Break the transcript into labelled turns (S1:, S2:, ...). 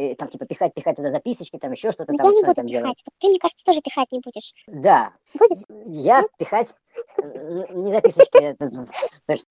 S1: типа, пихать, пихать туда записочки, там еще что-то
S2: Но
S1: там,
S2: Ну, я не
S1: что я
S2: буду
S1: там делаю.
S2: пихать. Ты, мне кажется, тоже пихать не будешь.
S1: Да,
S2: Будешь?
S1: я пихать э, не записочки, это, ну, э, то есть